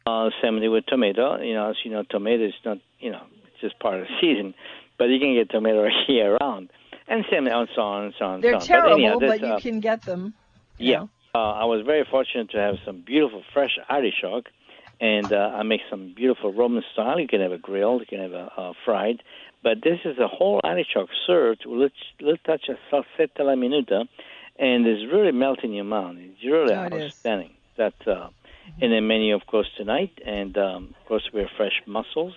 D: Uh, same thing with tomato. You know, as you know, tomato is not, you know, it's just part of the season, but you can get tomato year round. And same and so on and so on. and
B: They're
D: so on.
B: terrible,
D: anyhow,
B: but,
D: that's,
B: you
D: uh,
B: can get them. you
D: yeah,
B: know.
D: uh, I was very fortunate to have some beautiful fresh artichoke, and uh, I make some beautiful Roman style. You can have it grilled, you can have it uh, fried, but this is a whole artichoke served with a lit- little touch of salsetta alla minuta, and it's really melting your mouth. It's really
B: Oh, it is. Mm-hmm.
D: outstanding. That's uh, in the menu, of course, tonight, and um, of course we have fresh mussels.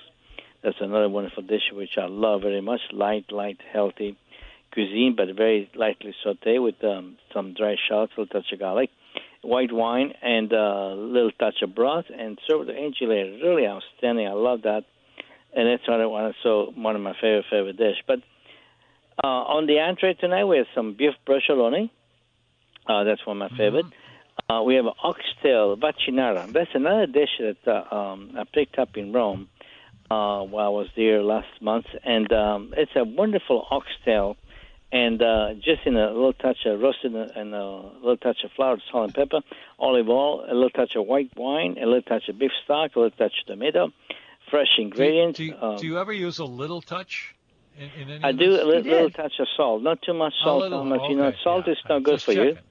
D: That's another wonderful dish which I love very much. Light, light, healthy cuisine, but very lightly saute with um, some dry shallots, a little touch of garlic, white wine, and a little touch of broth, and served with enchilada. Really outstanding. I love that, and that's one of one of- so one of my favorite favorite dish. But uh, on the entree tonight, we have some beef broccoloni. Uh, that's one of
A: Mm-hmm.
D: my favorite. Uh, we have oxtail vaccinara. That's another dish that uh, um, I picked up in Rome uh, while I was there last month, and um, it's a wonderful oxtail, and uh, just in a little touch of roasted and- and a little touch of flour, salt and pepper, olive oil, a little touch of white wine, a little touch of beef stock, a little touch of tomato, fresh
A: Do you,
D: ingredients.
A: do, you,
D: um,
A: do you ever use a little touch? In, in any
D: I
A: of
D: do
A: this?
D: a little,
B: did.
D: little touch of salt, not too much
A: A
D: salt,
A: little,
D: Thomas. You know,
A: okay,
D: salt
A: yeah.
D: is not good
A: Just
D: for you.
A: checking.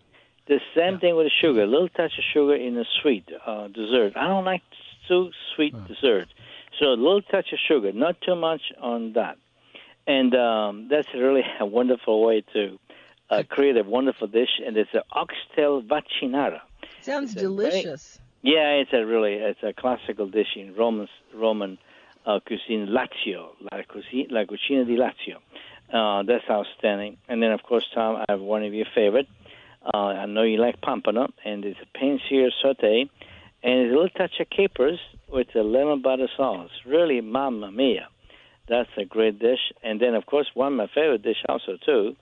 D: The same
A: Yeah.
D: thing with sugar. A little touch of sugar in a sweet uh, dessert. I don't like too sweet dessert, so a little touch of sugar, not too much on that. And um, that's really a wonderful way to uh, create a wonderful dish, and it's an oxtail vaccinara.
B: Sounds
D: It's a great-
B: delicious.
D: Yeah, it's a really it's a classical dish in Roman Roman uh, cuisine, Lazio, la cucina, la cucina di Lazio. Uh, that's outstanding. And then of course, Tom, I have one of your favorite. Uh, I know you like pompano, and it's a pan-sear saute, and it's a little touch of capers with a lemon butter sauce. Really, mamma mia, that's a great dish. And then of course, one of my favorite dish also too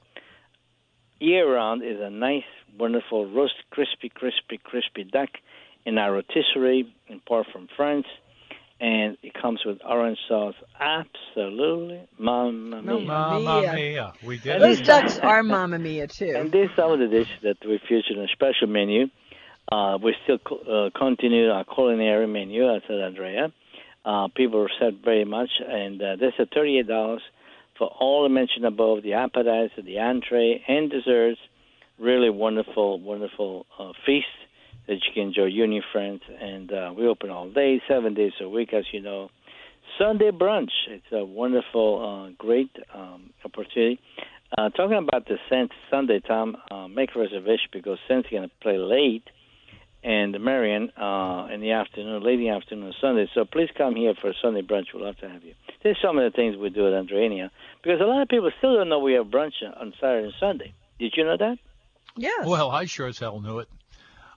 D: year round is a nice, wonderful roast, crispy, crispy, crispy duck in our rotisserie import from France, and it comes with orange sauce. Absolutely, mamma
B: No,
D: mia!
A: Mamma
B: Mia.
A: mia, we did
B: Those
A: it.
B: ducks are Mamma Mia
D: And
B: too.
D: these are the dishes that we featured in a special menu. Uh, we still co- uh, continue our culinary menu at San Andrea. Uh, people said very much, and uh, this is thirty-eight dollars for all the mentioned above: the appetizer, the entree, and desserts. Really wonderful, wonderful uh, feast that you can enjoy, you and your friends. And uh, we open all day, seven days a week, as you know. Sunday brunch. It's a wonderful, uh, great um, opportunity. Uh, talking about the Saints Sunday, Tom, uh, make reservation because Saints are going to play late and Marion uh, in the afternoon, late in the afternoon on Sunday. So please come here for Sunday brunch. We'll love to have you. There's some of the things we do at Andreania because a lot of people still don't know we have brunch on Saturday and Sunday. Did you know that?
B: Yes.
A: Well, I sure as hell knew it.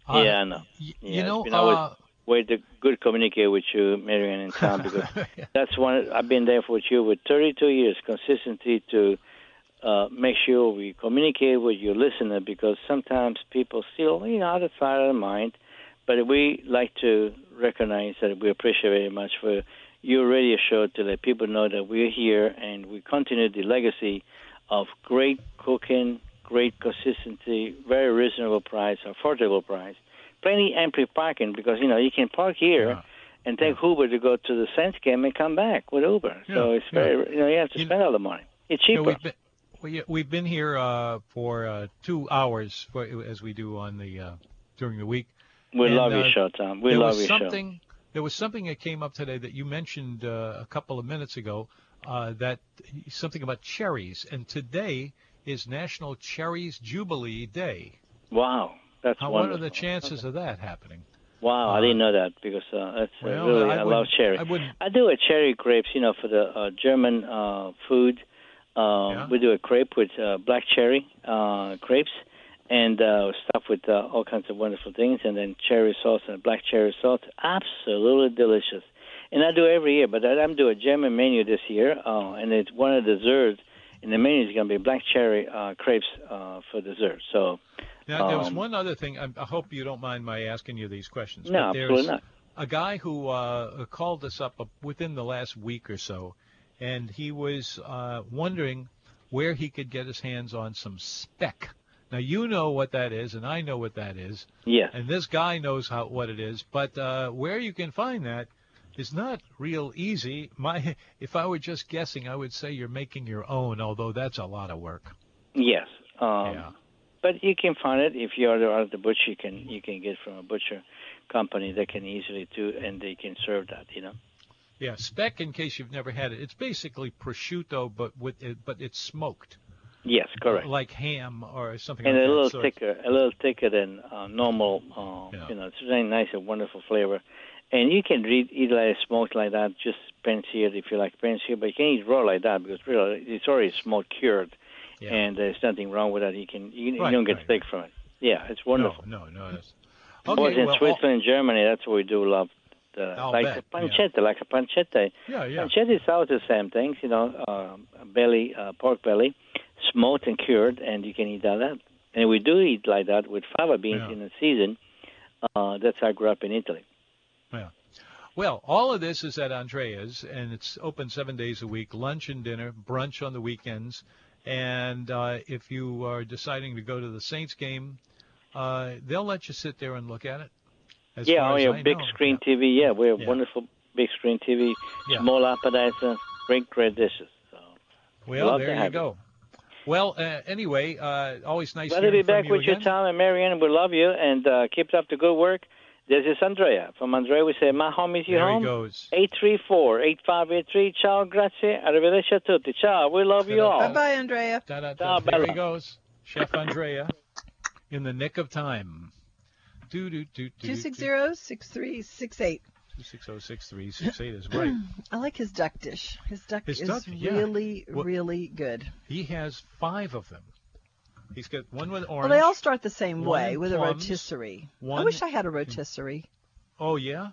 A: Uh,
D: yeah, I know.
A: y-
D: Yeah,
A: you
D: it's
A: know,
D: been always-
A: uh,
D: way to good communicate with you, Marion and Tom, because that's one I've been there with you with 32 years consistency to uh, make sure we communicate with your listener because sometimes people still you know out of sight, out of mind. But we like to recognize that we appreciate very much for your radio show to let people know that we're here and we continue the legacy of great cooking, great consistency, very reasonable price, affordable price, plenty empty parking because you know you can park here
A: Yeah.
D: and take Uber to go to the Saints game and come back with Uber. so
A: Yeah,
D: it's very you know you have to
A: You-
D: spend all the money. It's
A: you know,
D: cheaper.
A: we've been, we, we've been here uh, for uh, two hours, for, as we do on the uh, during the week.
D: We
A: And,
D: love
A: uh,
D: your show, Tom. We
A: there
D: love
A: was
D: your show.
A: something. There was something that came up today that you mentioned uh, a couple of minutes ago. Uh, that something about cherries, and today is National Cherries Jubilee Day.
D: Wow, that's
A: Now, what are
D: wonderful.
A: the chances of that happening?
D: Wow, I didn't know that because uh, that's uh,
A: Well,
D: really
A: I
D: I, love
A: wouldn't-
D: cherry.
A: I wouldn't-
D: do a cherry grapes, you know, for the uh, German uh, food. Uh,
A: Yeah.
D: We do a crepe with uh, black cherry uh, crepes and uh, stuff with uh, all kinds of wonderful things, and then cherry sauce and black cherry sauce. Absolutely delicious. And I do every year, but I- I'm doing a German menu this year, uh, and it's one of the desserts. And the menu is going to be black cherry uh, crepes uh, for dessert. So
A: Now, there was
D: Um,
A: one other thing. I, I hope you don't mind my asking you these questions.
D: No,
A: but
D: absolutely
A: there's
D: not.
A: A guy who uh, called us up uh, within the last week or so, and he was uh, wondering where he could get his hands on some speck. Now you know what that is, and I know what that is,
D: yes,
A: and this guy knows how what it is. But uh, where you can find that is not real easy. My, if I were just guessing, I would say you're making your own, although that's a lot of work.
D: yes. Um,
A: yeah.
D: But you can find it if you are out of the butcher. You can you can get from a butcher company that can easily do and they can serve that. You know.
A: Yeah, speck. In case you've never had it, it's basically prosciutto, but with it, but it's smoked,
D: Yes, correct.
A: like ham or something.
D: and
A: like
D: a
A: that.
D: little
A: So it's-
D: thicker, a little thicker than uh, normal. Uh,
A: Yeah.
D: You know, it's very nice and wonderful flavor. And you can eat, eat like smoked like that, just pan-seared if you like pan-seared. But you can eat raw like that because really it's already smoked cured,
A: Yeah.
D: and there's nothing wrong with that. You can you,
A: Right,
D: you don't get
A: right,
D: sick from it. Yeah, it's
A: No,
D: wonderful.
A: no, no. That's,
D: It was
A: okay,
D: in
A: well,
D: Switzerland, Germany. That's what we do love. The,
A: I'll
D: like
A: bet,
D: a
A: yeah.
D: pancetta, like a pancetta.
A: all- yeah, yeah,
D: Pancetta is out the same things, you know, um belly, uh, pork belly, smoked and cured, and you can eat like that. And we do eat like that with fava beans
A: Yeah.
D: in the season. Uh, that's how I grew up in Italy.
A: yeah. Well, all of this is at Andrea's, and it's open seven days a week, lunch and dinner, brunch on the weekends. And uh, if you are deciding to go to the Saints game, uh, they'll let you sit there and look at it. as
D: yeah,
A: far
D: oh
A: as
D: yeah,
A: I
D: big
A: know.
D: screen TV. Yeah, we have
A: Yeah.
D: wonderful big screen TV,
A: Yeah.
D: small appetizer, great, great dishes. So.
A: Well,
D: Love to
A: there you
D: have you.
A: go. Well, uh, anyway, uh, always nice
D: Glad to
A: hearing
D: be
A: from
D: back
A: you
D: with
A: again.
D: you, Tom and Marianne. We love you and uh, keep up the good work. This is Andrea. From Andrea, we say, My home is your
A: There he
D: home.
A: goes.
D: 834 8583. Ciao, grazie. Arrivederci a tutti. Ciao. We love you all.
B: Bye bye, Andrea.
A: Da, da, da.
D: Ciao,
A: There he
D: Bella.
A: goes. Chef Andrea in the nick of time. Do, do, do, do,
B: Two six zero six three six eight.
A: 260-6368 is right.
B: I like his duck dish. His duck
A: His
B: is
A: duck, yeah.
B: really,
A: Well-
B: really good.
A: He has five of them. He's got one with
B: Well,
A: orange.
B: they all start the same
A: one
B: way with a
A: plums,
B: rotisserie. I
A: one-
B: wish I had a rotisserie.
A: Oh, yeah?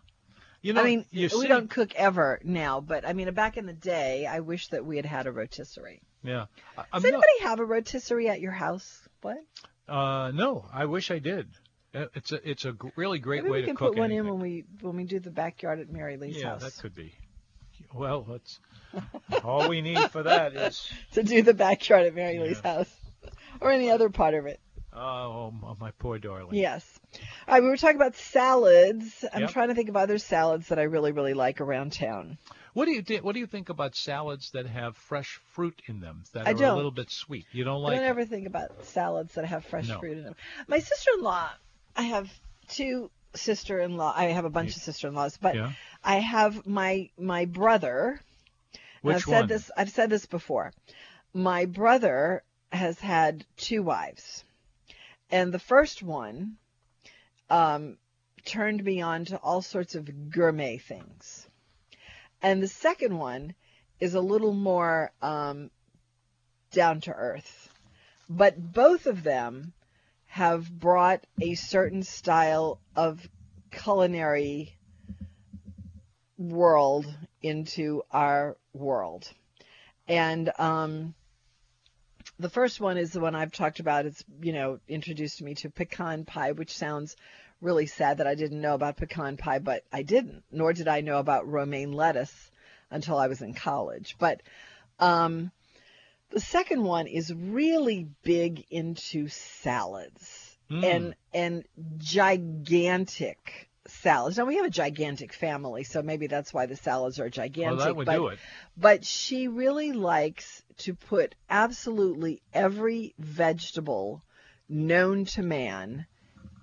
A: You know,
B: I mean,
A: you see,
B: we don't cook ever now, but I mean, back in the day, I wish that we had had a rotisserie.
A: Yeah. I, I'm
B: Does
A: not,
B: anybody have a rotisserie at your house? What?
A: uh, no, I wish I did. Uh, It's a, it's a g- really great
B: Maybe
A: way
B: we
A: to
B: can
A: cook
B: put one
A: anything.
B: in when we when we do the backyard at Mary Lee's
A: yeah,
B: house.
A: that could be. Well, that's all we need for that is
B: To do the backyard at Mary Lee's
A: Yeah.
B: house, or any other part of it.
A: Oh, m- my poor darling.
B: Yes. All right, we were talking about salads. I'm
A: Yep.
B: trying to think of other salads that I really, really like around town.
A: What do you thi- what do you think about salads that have fresh fruit in them that
B: I
A: are a
B: don't.
A: little bit sweet? You don't like
B: I don't
A: it?
B: ever think about salads that have fresh
A: No.
B: fruit in them. My sister-in-law, I have two sister-in-law. I have a bunch of sister-in-laws, but
A: Yeah.
B: I have my my brother. and
A: Which
B: I've said
A: one?
B: this. I've said this before. My brother has had two wives, and the first one um, turned me on to all sorts of gourmet things, and the second one is a little more um, down to earth. But both of them have brought a certain style of culinary world into our world. And um, the first one is the one I've talked about. It's, you know, introduced me to pecan pie, which sounds really sad that I didn't know about pecan pie, but I didn't, nor did I know about romaine lettuce until I was in college. But um, the second one is really big into salads
A: Mm.
B: and and gigantic salads. Now we have a gigantic family, so maybe that's why the salads are
A: well,
B: gigantic.
A: that would
B: but,
A: do it.
B: but she really likes to put absolutely every vegetable known to man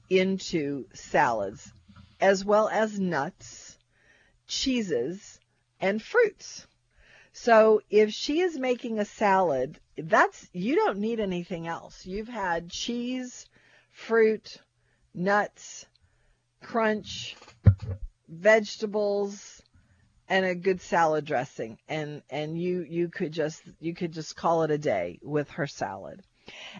B: into salads, as well as nuts, cheeses, and fruits. So if she is making a salad, that's you don't need anything else. You've had cheese, fruit, nuts, crunch, vegetables, and a good salad dressing and and you you could just you could just call it a day with her salad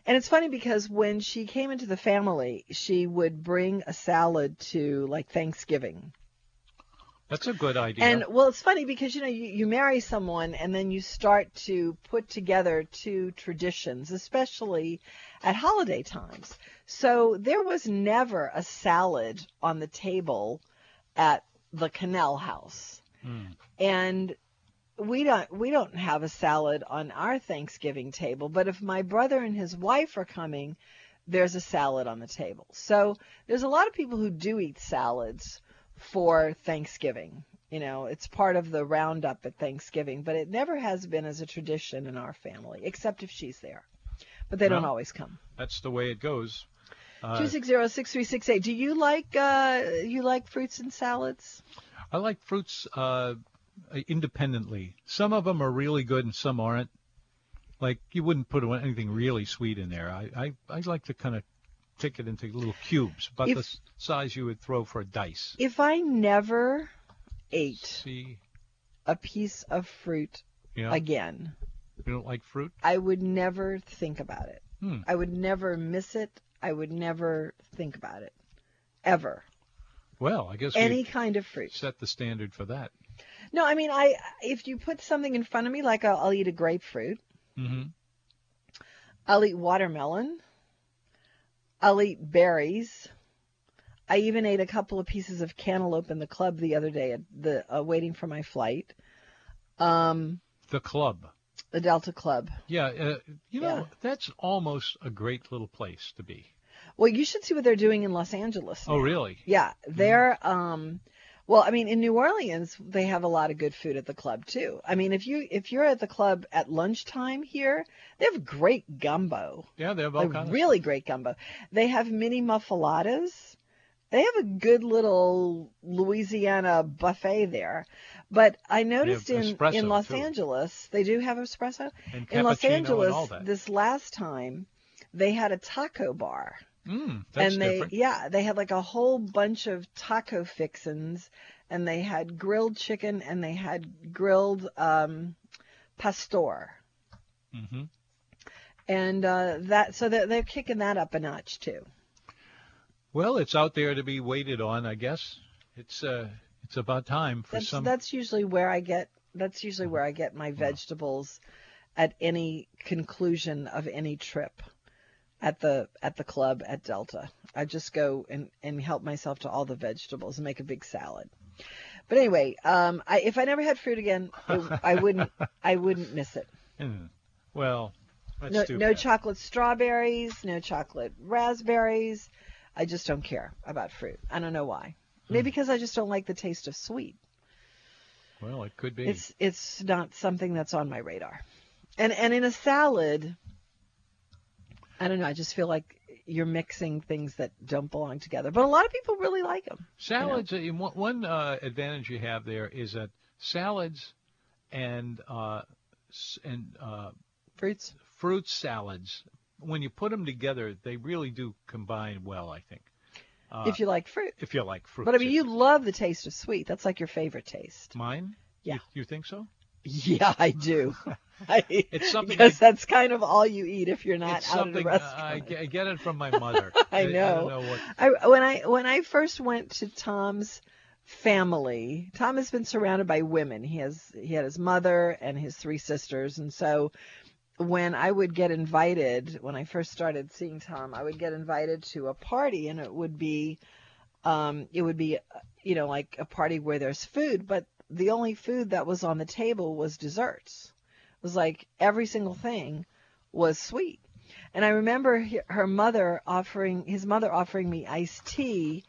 B: and it's funny because when she came into the family she would bring a salad to like thanksgiving
A: That's a good idea.
B: and well it's funny because you know you, you marry someone and then you start to put together two traditions especially at holiday times so there was never a salad on the table at the canal house and we don't we don't have a salad on our Thanksgiving table, but if my brother and his wife are coming, there's a salad on the table. So there's a lot of people who do eat salads for Thanksgiving. You know, it's part of the roundup at Thanksgiving, but it never has been as a tradition in our family, except if she's there. But they don't
A: Well,
B: always come.
A: That's the way it goes. Uh,
B: Two six zero six three six eight. Do you like uh, you like fruits and salads?
A: I like fruits uh, independently. Some of them are really good and some aren't. Like you wouldn't put anything really sweet in there. I I, I like to kind of tick it into little cubes, about
B: If-
A: the s- size you would throw for a dice.
B: If I never ate
A: See,
B: a piece of fruit
A: yeah,
B: again.
A: you don't like fruit.
B: I would never think about it.
A: Hmm.
B: I would never miss it. I would never think about it. Ever.
A: Well, I guess
B: Any
A: we
B: kind of fruit.
A: set the standard for that.
B: No, I mean I if you put something in front of me like I'll, I'll eat a grapefruit,
A: hmm
B: I'll eat watermelon, I'll eat berries. I even ate a couple of pieces of cantaloupe in the club the other day at the uh, waiting for my flight. Um
A: The club.
B: the Delta Club.
A: Yeah, uh, you know
B: Yeah.
A: that's almost a great little place to be.
B: Well, you should see what they're doing in Los Angeles.
A: Oh,
B: now.
A: really?
B: Yeah, they're um well, I mean in New Orleans they have a lot of good food at the club too. I mean if you if you're at the club at lunchtime here, they have great gumbo.
A: Yeah, they have all
B: Like
A: kinds. Of,
B: really great gumbo. They have mini muffaladas. They have a good little Louisiana buffet there. But I noticed in
A: espresso,
B: in Los
A: too.
B: Angeles, they do have espresso.
A: And
B: in Los
A: cappuccino and
B: Angeles
A: all that.
B: this last time, they had a taco bar
A: mm, that's
B: and they e
A: different.
B: yeah they had like a whole bunch of taco fixins and they had grilled chicken and they had grilled um, pastor
A: hmm
B: and uh, that so they're, they're kicking that up a notch too
A: Well, it's out there to be waited on, I guess. It's uh, it's about time for
B: that's
A: some. Mm-hmm.
B: that's usually where i get that's usually where i get my vegetables at any conclusion of any trip at the at the club at delta i just go and and help myself to all the vegetables and make a big salad but anyway um i if i never had fruit again it, i wouldn't i wouldn't miss it
A: Mm. Hmm. Well, That's
B: No,
A: too
B: no
A: bad.
B: chocolate strawberries, no chocolate raspberries. I just don't care about fruit. I don't know why. Maybe
A: Hmm.
B: because I just don't like the taste of sweet.
A: Well, it could be.
B: It's it's not something that's on my radar. And and in a salad, I don't know. I just feel like you're mixing things that don't belong together. But a lot of people really like them.
A: Salads, uh, one- one uh, advantage you have there is that salads and uh, s- and uh,
B: Fruits.
A: fruit salads, when you put them together, they really do combine well. I think
B: if you like fruit.
A: if you like Ah. fruit.
B: But I mean, you
A: salads.
B: love the taste of sweet. That's like your favorite taste.
A: mine.
B: Yeah.
A: You, you think so?
B: Yeah, I do. I,
A: It's something
B: because
A: I-
B: that's kind of all you eat if you're not
A: it's
B: out at a
A: something uh,
B: restaurant.
A: I, ge- I get it from my mother.
B: I know.
A: I don't know what.
B: I when I when I first went to Tom's family, Tom has been surrounded by women. He has he had his mother and his three sisters, and so when I would get invited, when I first started seeing Tom, I would get invited to a party, and it would be, um, it would be, you know, like a party where there's food, but the only food that was on the table was desserts. It was like every single thing was sweet. And I remember he- her mother offering his mother offering me iced tea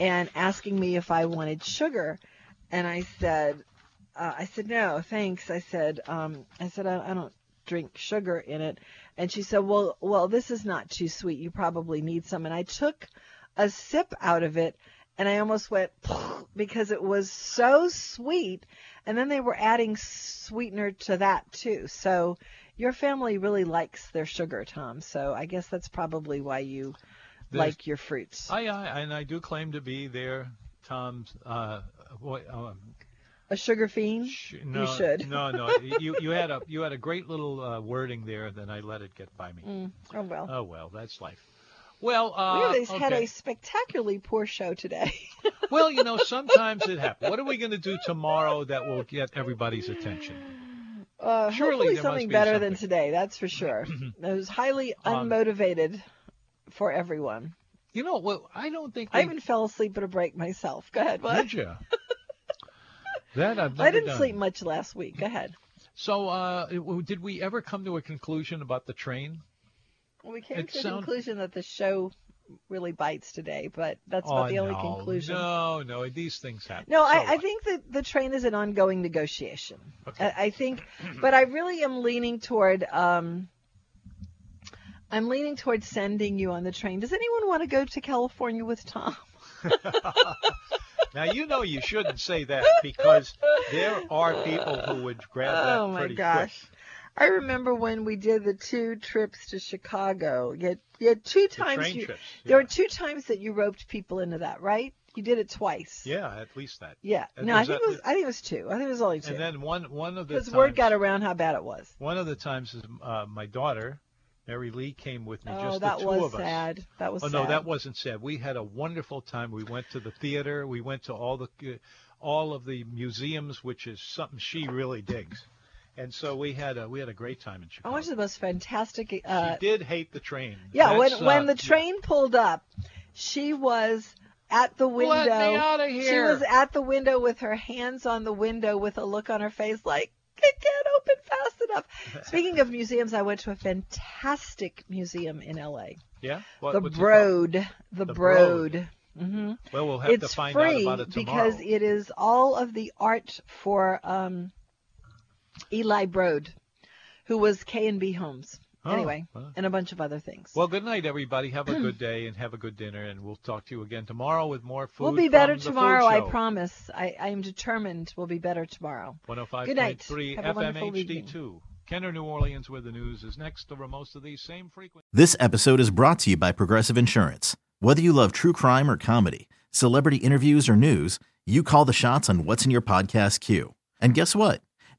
B: and asking me if I wanted sugar, and I said, uh, I said no, thanks. I said, um, I said I, I don't drink sugar in it, and she said, well, well, this is not too sweet. You probably need some. And I took a sip out of it, and I almost went because it was so sweet. And then they were adding sweetener to that too. So your family really likes their sugar, Tom. So I guess that's probably why you
A: There's-
B: like your fruits.
A: I, I and I do claim to be their Tom's. Uh, what, um,
B: A sugar fiend?
A: Sh- no,
B: you should.
A: no, no. You you had a you had a great little uh, wording there. Then I let it get by me.
B: Oh well.
A: Oh well, that's life. Well, uh,
B: we really had
A: okay.
B: a spectacularly poor show today.
A: well, you know, sometimes it happens. What are we going to do tomorrow that will get everybody's attention?
B: Uh,
A: Surely
B: hopefully
A: there
B: something
A: must be
B: better than
A: something. Mm-hmm.
B: today, that's for sure. it was highly
A: Um,
B: unmotivated for everyone.
A: You know, well, I don't think
B: I
A: we
B: even fell asleep at a break myself. Go ahead. What?
A: did you. That I've never
B: I didn't
A: done.
B: sleep much last week. Go ahead.
A: So, uh, w- did we ever come to a conclusion about the train?
B: Well, we came
A: It
B: to the
A: sound-
B: conclusion that the show really bites today, but that's about
A: oh,
B: the only
A: no,
B: conclusion.
A: No, no, these things happen.
B: No,
A: So
B: I, I
A: what?
B: think that the train is an ongoing negotiation.
A: Okay.
B: I, I think, but I really am leaning toward. Um, I'm leaning toward sending you on the train. Does anyone want to go to California with Tom?
A: Now you know you shouldn't say that because there are people who would grab that
B: Oh, my
A: pretty
B: gosh. I remember when we did the two trips to Chicago. You had, you had two times.
A: train
B: you,
A: trips,
B: There
A: yeah.
B: were two times that you roped people into that, right? You did it twice.
A: quick. Yeah, at least that.
B: Yeah.
A: And
B: no, I
A: was
B: think
A: that-
B: it was. I think it was two. I think it was only two.
A: And then one one of the
B: Because
A: times,
B: word got around how bad it was.
A: one of the times is uh, my daughter Mary Lee came with me.
B: Oh,
A: just
B: that
A: the two
B: was
A: of us.
B: sad. That was
A: Oh
B: sad.
A: no, that wasn't sad. We had a wonderful time. We went to the theater. We went to all the uh, all of the museums, which is something she really digs. And so we had a we had a great time in
B: I
A: Chicago.
B: went to the most fantastic. Uh,
A: she did hate the train.
B: yeah, when
A: That's,
B: when
A: uh,
B: the train pulled up, she was at the window.
A: Let me outta
B: She
A: here.
B: was at the window with her hands on the window, with a look on her face like it can't open fast enough. Speaking of museums, I went to a fantastic museum in L.A.
A: yeah, What- what's
B: the
A: it called?
B: Broad. The,
A: The Broad.
B: Broad. hmm
A: Well, we'll have
B: It's
A: to find out
B: free
A: about it tomorrow.
B: because it is all of the art for um, Eli Broad, who was K and B Holmes.
A: Oh,
B: anyway,
A: wow.
B: and a bunch of other things.
A: Well, good night, everybody. Have a good day and have a good dinner. And we'll talk to you again tomorrow with more food.
B: we'll be better
A: from the Food
B: tomorrow. I
A: Show.
B: promise. I, I am determined. We'll be better tomorrow.
A: 105.3
B: Have a
A: FM
B: wonderful evening.
A: HD2. Kenner, New Orleans, where the news is next over most of these same frequencies.
E: This episode is brought to you by Progressive Insurance. Whether you love true crime or comedy, celebrity interviews or news, you call the shots on what's in your podcast queue. And guess what?